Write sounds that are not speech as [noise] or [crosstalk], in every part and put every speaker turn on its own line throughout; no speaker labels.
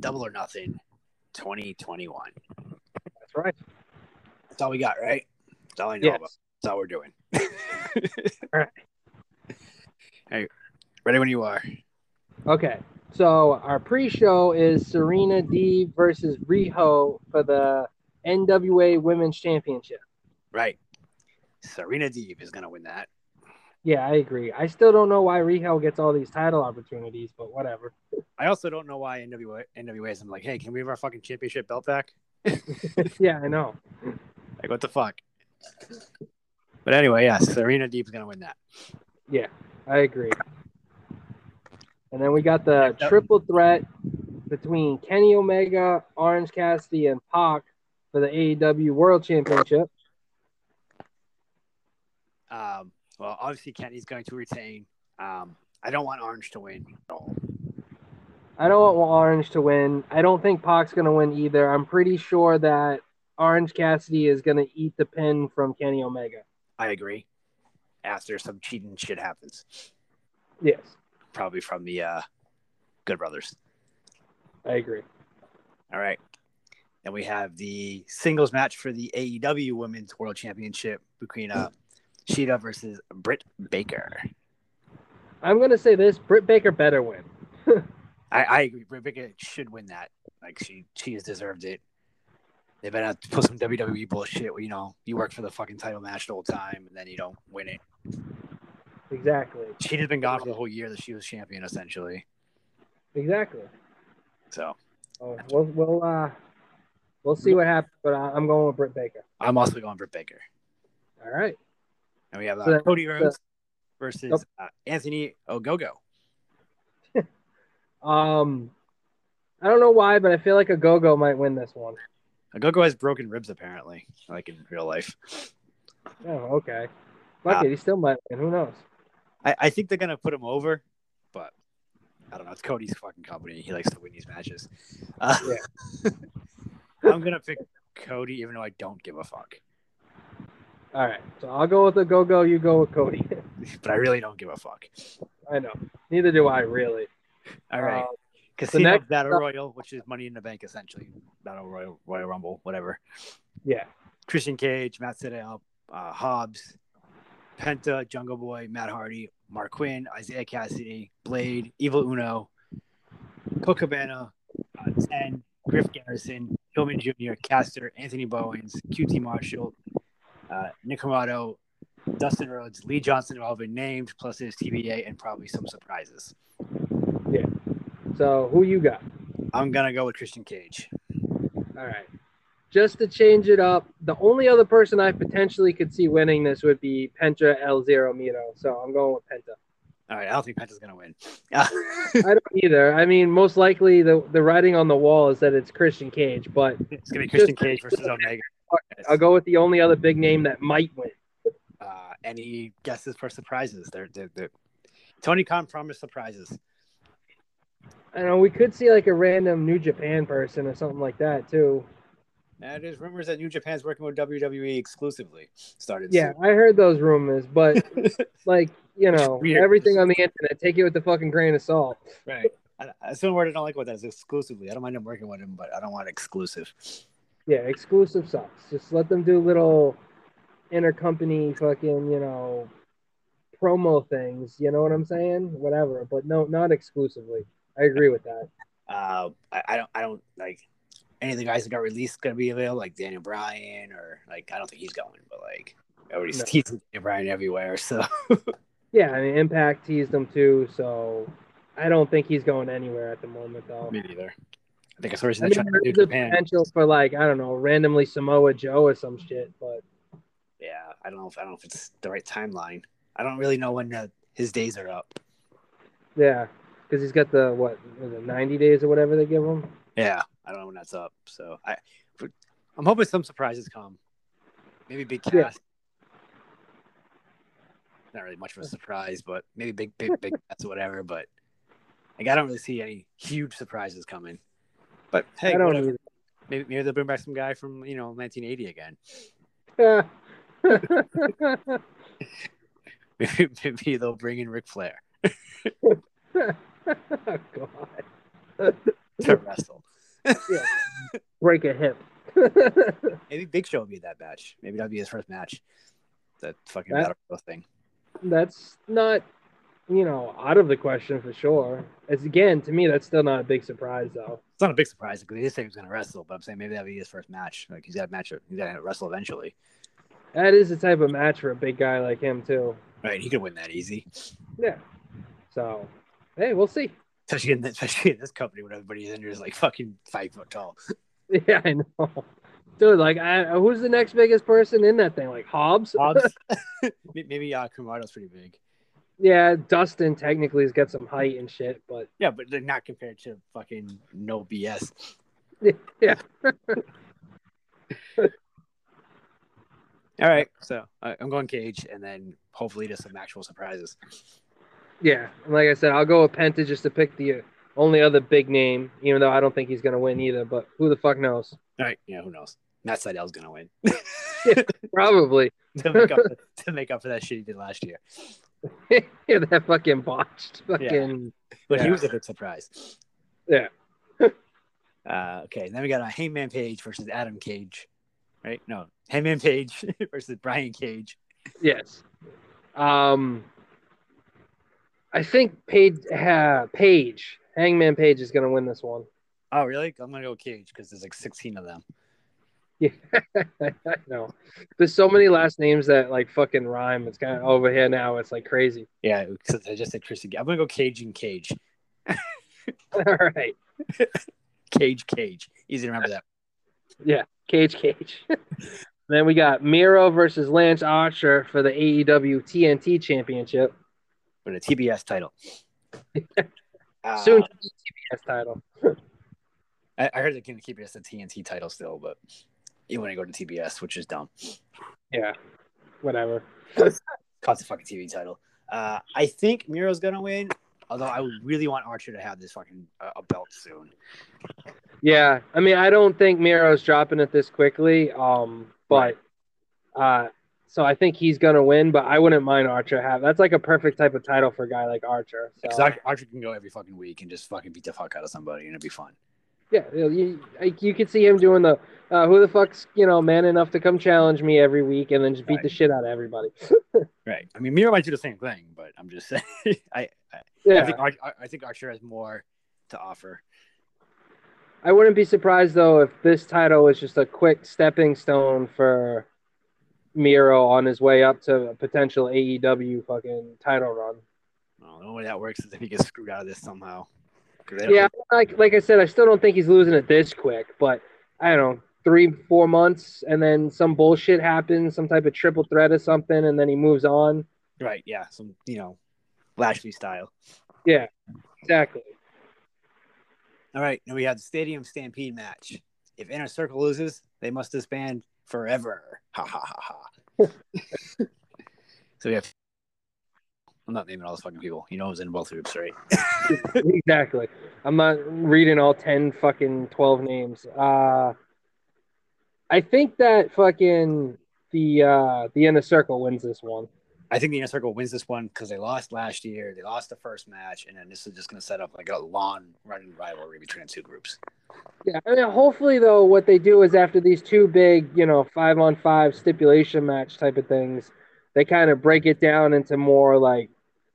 Double or Nothing 2021.
That's right.
That's all we got, right? That's all I know
Yes.
about. That's all we're doing. [laughs]
All right.
Hey, ready when you are.
Okay. So our pre-show is Serena D versus Riho for the NWA Women's Championship.
Right. Serena Deeb is going to win that.
Yeah, I agree. I still don't know why Riho gets all these title opportunities, but whatever. [laughs]
I also don't know why NWA, NWA is. I'm like, hey, can we have our fucking championship belt back?
yeah, I know.
Like, what the fuck? But anyway, yes, Serena Deeb's going to win that.
I agree. And then we got the triple threat between Kenny Omega, Orange Cassidy, and Pac for the AEW World Championship.
Um, well, obviously, Kenny's going to retain. Um, I don't want Orange to win at all.
I don't want Orange to win. I don't think Pac's going to win either. I'm pretty sure that Orange Cassidy is going to eat the pin from Kenny Omega.
I agree. After some cheating shit happens,
Yes,
probably from the uh, Good Brothers.
I agree.
All right. Then we have the singles match for the AEW Women's World Championship between uh, Sheeta versus Britt Baker.
I'm going to say this Britt Baker better win.
I, I agree. Britt Baker should win that. Like she, she has deserved it. They better not put some WWE bullshit. Where, you know, you work for the fucking title match the whole time, and then you don't win it.
Exactly.
Sheeta's been gone for the whole year that she was champion, essentially.
Exactly.
So
Oh, we'll, we'll, uh, we'll see what happens, but I- I'm going with Britt Baker.
I'm also going Britt Baker.
All right.
And we have uh,
So-
Cody Rhodes versus
Nope.
uh, Anthony Ogogo.
Um, I don't know why, but I feel like a go go might win this one.
Ogogo has broken ribs, apparently, like in real life.
Oh, okay. Fuck it, he still might win. Who knows?
I, I think they're going to put him over, but I don't know. It's Cody's fucking company. He likes to win these matches. Uh, [laughs] I'm going to pick Cody, even though I don't give a fuck. [laughs]
All right. So I'll go with a go go. You go with Cody. [laughs]
But I really don't give a fuck.
I know. Neither do I really.
All right.
Uh,
Casino
next-
Battle Royal, which is Money in the Bank, essentially. Battle Royal, Royal Rumble, whatever.
yeah.
Christian Cage, Matt Citadel, uh, Hobbs, Penta, Jungle Boy, Matt Hardy, Mark Quinn, Isaiah Cassidy, Blade, Evil Uno, Colt Cabana, uh, Ten, Griff Garrison, Hillman Jr., Caster, Anthony Bowens, QT Marshall, uh, Nick Amato, Dustin Rhodes, Lee Johnson have all been named, plus his TBA and probably some surprises.
So who you got?
I'm going to go with Christian Cage.
All right. Just to change it up, the only other person I potentially could see winning this would be Penta El Zero Mito. So I'm going with Penta.
[laughs] All right, I don't think Penta's going to win. [laughs]
I don't either. I mean, most likely the, the writing on the wall is that it's Christian Cage, but
it's going to be Christian Cage versus Omega.
I'll go with the only other big name that might win.
uh, any guesses for surprises? They're, they're, they're... Tony Khan promised surprises.
I know we could see like a random New Japan person or something like that too.
Now, there's rumors that New Japan's working with WWE exclusively. Started.
Yeah, I heard those rumors,
[laughs]
but
soon.
like you know,
Weird.
everything on the internet, take it with a fucking grain of salt.
right. I, that's the word I don't like about that is exclusively. I don't mind them working with him, but I don't want exclusive.
Yeah, exclusive sucks. Just let them do little intercompany fucking you know promo things. You know what I'm saying? Whatever, but no, not exclusively. I agree with that.
Uh, I, I don't. I don't like any of the guys that got released going to be available, like Daniel Bryan or like I don't think he's going, but like everybody's
No.
teasing Daniel Bryan everywhere. So
Yeah, I mean Impact teased him too, so I don't think he's going anywhere at the moment though.
[laughs] me neither. I think I saw
I
something
mean,
trying to do
there's a
Japan.
potential for like I don't know, randomly Samoa Joe or some shit, but
yeah, I don't know if I don't know if it's the right timeline. I don't really know when uh his days are up.
yeah, because he's got the what was it, ninety days or whatever they give him.
Yeah, I don't know when that's up. So I, for- I'm hoping some surprises come. Maybe big cast.
Yeah.
Not really much of a surprise, but maybe big,
[laughs]
big, big cast or whatever. But like, I don't really see any huge surprises coming. But hey,
I don't
whatever.
either. [laughs]
maybe maybe they'll bring back some guy from you know 1980 again. [laughs]
Oh,
Maybe, maybe they'll bring in Ric Flair
God.
to wrestle.
break a hip. [laughs]
Maybe Big Show will be that match. Maybe that'll be his first match. That fucking
That-
battle thing.
that's not, you know, out of the question for sure. As again, to me, that's still not a big surprise though.
It's not a big surprise because they did say he was going to wrestle, but I'm saying maybe that'll be his first match. Like he's got to match. He's got to wrestle eventually.
That is the type of match for a big guy like him too.
Right? He could win that easy, [laughs]
Yeah. So, hey, we'll see. [laughs]
especially in this, especially in this company when everybody's under is like fucking five foot tall.
Yeah, I know. Dude, like, I, who's the next biggest person in that thing? Like Hobbs?
Hobbs, [laughs] maybe uh, Kamarado's pretty big.
Yeah, Dustin technically has got some height and shit, but
Yeah, but they're not compared to fucking no BS.
[laughs] Yeah.
[laughs] All right, so uh, I'm going Cage, and then hopefully just some actual surprises.
yeah. And like I said, I'll go with Penta just to pick the only other big name, even though I don't think he's gonna win either. But who the fuck knows?
All right, yeah, who knows? Matt Seidel's gonna win [laughs]
Probably.
to make
[laughs]
up to make up for that shit he did last year.
yeah, that fucking botched. Fucking.
But he
Yeah.
was a good surprise.
Yeah.
[laughs] uh, okay, then we got a Hangman Page versus Adam Cage, right? No, Hangman Page [laughs] versus Brian Cage.
Yes. Um. I think Page, ha, Page, Hangman Page is gonna win this one. [laughs]
Oh, really? I'm gonna go Cage because there's like 16 of them.
I know. There's so many last names that like fucking rhyme. It's kind of over here now. It's like crazy. [laughs]
Yeah, 'cause I just said Chris again. I'm gonna go Cage and Cage,
All right.
Cage, Cage. Easy to remember that.
Yeah. Cage Cage. [laughs] then we got Miro versus Lance Archer for the E AEW TNT Championship.
But a TBS title. Uh,
[laughs] Soon to be TBS title.
I, I heard they're gonna keep it as a TNT title still, but you want to go to TBS, which is dumb.
Yeah. Whatever.
Cost a fucking TV title. Uh, I think Miro's gonna win. Although I would really want Archer to have this fucking uh, a belt soon.
Yeah. I mean, I don't think Miro's dropping it this quickly. Um, but uh so I think he's gonna win, but I wouldn't mind Archer have that's like a perfect type of title for a guy like Archer. So.
Because Ar- Archer can go every fucking week and just fucking beat the fuck out of somebody, and it'd be fun.
Yeah, you, you, like, you could see him doing the uh, who the fuck's you know man enough to come challenge me every week and then just beat the
Right.
shit out of everybody. [laughs]
Right. I mean, Miro might do the same thing, but I'm just [laughs] saying. I, I, I
Yeah,
think Ar- Ar- I think Archer has more to offer.
I wouldn't be surprised though if this title was just a quick stepping stone for Miro on his way up to a potential AEW fucking title run.
Well, the only way that works is if he gets screwed out of this somehow. 'Cause they don't-
Yeah, like like I said, I still don't think he's losing it this quick, but I don't know three four months and then some bullshit happens, some type of triple threat or something, and then he moves on.
Right. Yeah. Some you know, Lashley style.
Exactly. [laughs]
All right, now we have the Stadium Stampede match. If Inner Circle loses, they must disband forever. Ha ha ha ha. so we have. I'm not naming all those fucking people. You know, I was in both groups, right?
exactly. I'm not reading all 10 fucking 12 names. Uh I think that fucking the uh the inner circle wins this one.
I think the Inner Circle wins this one because they lost last year. They lost the first match, and then this is just going to set up like a long running rivalry between the two groups.
Yeah, I mean hopefully though what they do is after these two big, you know, 5 on 5 stipulation match type of things, they kind of break it down into more like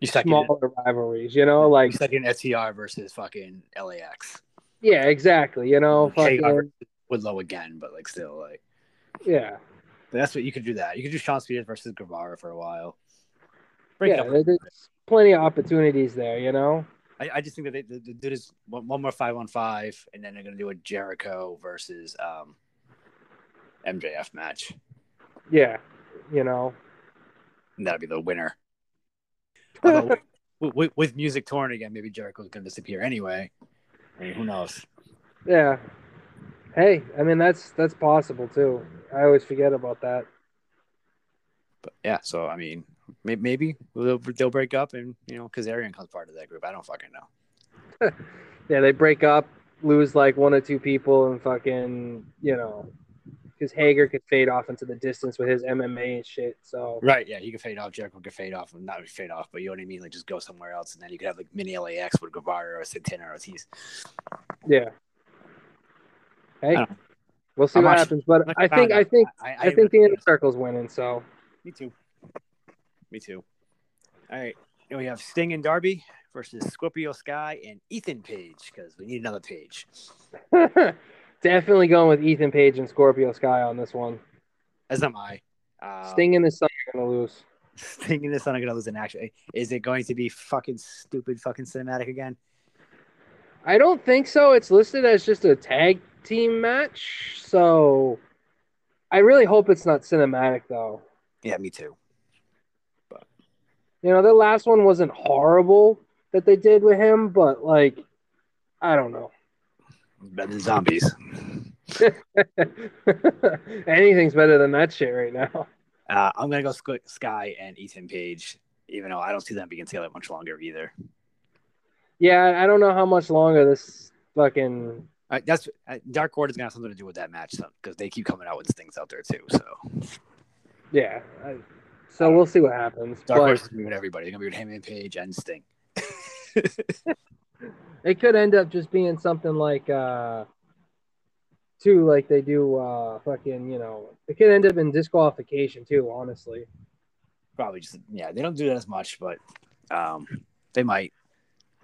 You stuck in,
smaller rivalries, you know, like
you stuck in STR versus fucking LAX.
yeah, exactly, you know,
Okay,
fucking,
Woodlow again, but like still like.
yeah.
But that's what you could do. That you could do Sean Spears versus Guevara for a while. Break
Yeah,
it up.
there's plenty of opportunities there, you know.
I, I just think that they, they, they do this one, one more five on five, and then they're gonna do a Jericho versus um, MJF match,
Yeah, you know.
and that'll be the winner. Although, with, with, with music torn again, maybe Jericho's gonna disappear anyway. I mean, who knows?
Yeah. Hey, I mean that's that's possible too. I always forget about that.
But yeah, so I mean, maybe, maybe they'll, they'll break up, and you know, Kazarian comes part of that group. I don't fucking know.
Yeah, they break up, lose like one or two people, and fucking you know, because Hager could fade off into the distance with his MMA and shit. So
Right? Yeah, he could fade off. Jericho could fade off, not really fade off, but you know what I mean. Like just go somewhere else, and then you could have like mini LAX with Guevara or Santana or Ortiz.
yeah, Hey,
I don't-
we'll see
I'm
what
not-
happens. But
I'm not
I think
gonna-
I think
I,
I think the
really-
inner circle's winning. So
Me too. Me too. All right. Now we have Sting and Darby versus Scorpio Sky and Ethan Page because we need another page.
[laughs] definitely going with Ethan Page and Scorpio Sky on this one.
As am I. Uh, Sting.
Sting and his son are gonna lose.
Sting and his son are going to lose an action. Is it going to be fucking stupid fucking cinematic again?
I don't think so. It's listed as just a tag team match, so I really hope it's not cinematic though.
Yeah, me too.
You know, the last one wasn't horrible that they did with him, but like, I don't know. [laughs]
Better than zombies.
Anything's better than that shit right now. [laughs]
Uh, I'm going to go Squ- Sky and Ethan Page, even though I don't see them being together much longer either.
Yeah, I don't know how much longer this fucking.
Uh, that's uh, Dark Order's going to have something to do with that match because they keep coming out with Stings out there too. So
Yeah. I- so we'll see what happens.
Dark
But
Order's going to be with everybody. They're going to be with him and Page and Sting.
it could end up just being something like, uh, too, like they do, uh, fucking, you know, it could end up in disqualification too, honestly.
probably just yeah they don't do that as much but um they might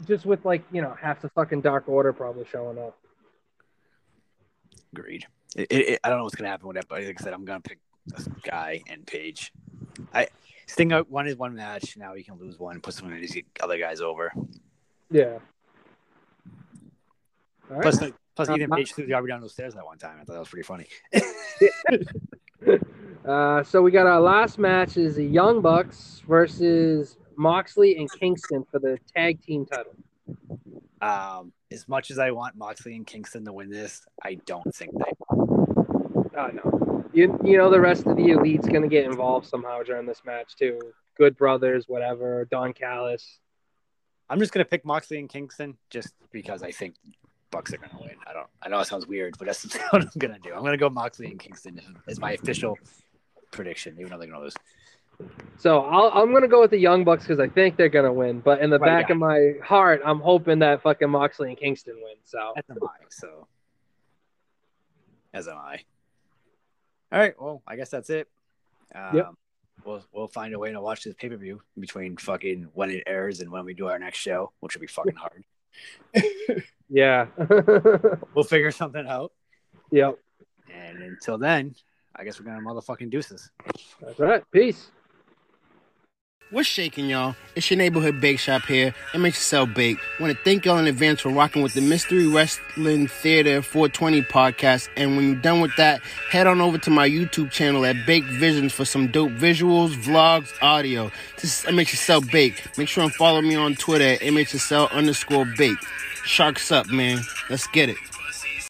Just with like, you know, half the fucking Dark Order probably showing up.
agreed it, it, it- i don't know what's gonna happen with that but like i said i'm gonna pick this guy and Paige. i sting out one is one match now he can lose one put some of these other guys over
Yeah. All right.
plus like, plus
Um,
even
I-
Paige threw the army down those stairs that one time i thought that was pretty funny
Uh, so we got our last match is the Young Bucks versus Moxley and Kingston for the tag team title.
um as much as i want moxley and kingston to win this i don't think they
Oh no, you you know the rest of the elite's gonna get involved somehow during this match too. Good Brothers, whatever. Don Callis.
i'm just gonna pick moxley and kingston just because i think bucks are gonna win i don't i know it sounds weird but that's [laughs] what i'm gonna do i'm gonna go moxley and kingston is my official prediction even though they're gonna lose
So I'll, I'm gonna go with the Young Bucks because I think they're gonna win. But in the
Right,
back
yeah.
of my heart, I'm hoping that fucking Moxley and Kingston win. So
as am i so as am i all right well i guess that's it um,
Yep.
We'll, we'll find a way to watch this pay per view between fucking when it airs and when we do our next show, which will be fucking hard.
yeah, [laughs]
We'll figure something out.
yep.
And until then, I guess we're gonna motherfucking deuces.
That's right. Peace.
What's shaking, y'all? It's your neighborhood bake shop here and make yourself bake. Want to thank y'all in advance for rocking with the Mystery Wrestling Theater 420 podcast. And when you're done with that, head on over to my YouTube channel at Bake Visions for some dope visuals, vlogs, audio. This is MH Yourself Bake. Make sure and follow me on Twitter at MHSL underscore bake. Sharks up, man. Let's get it.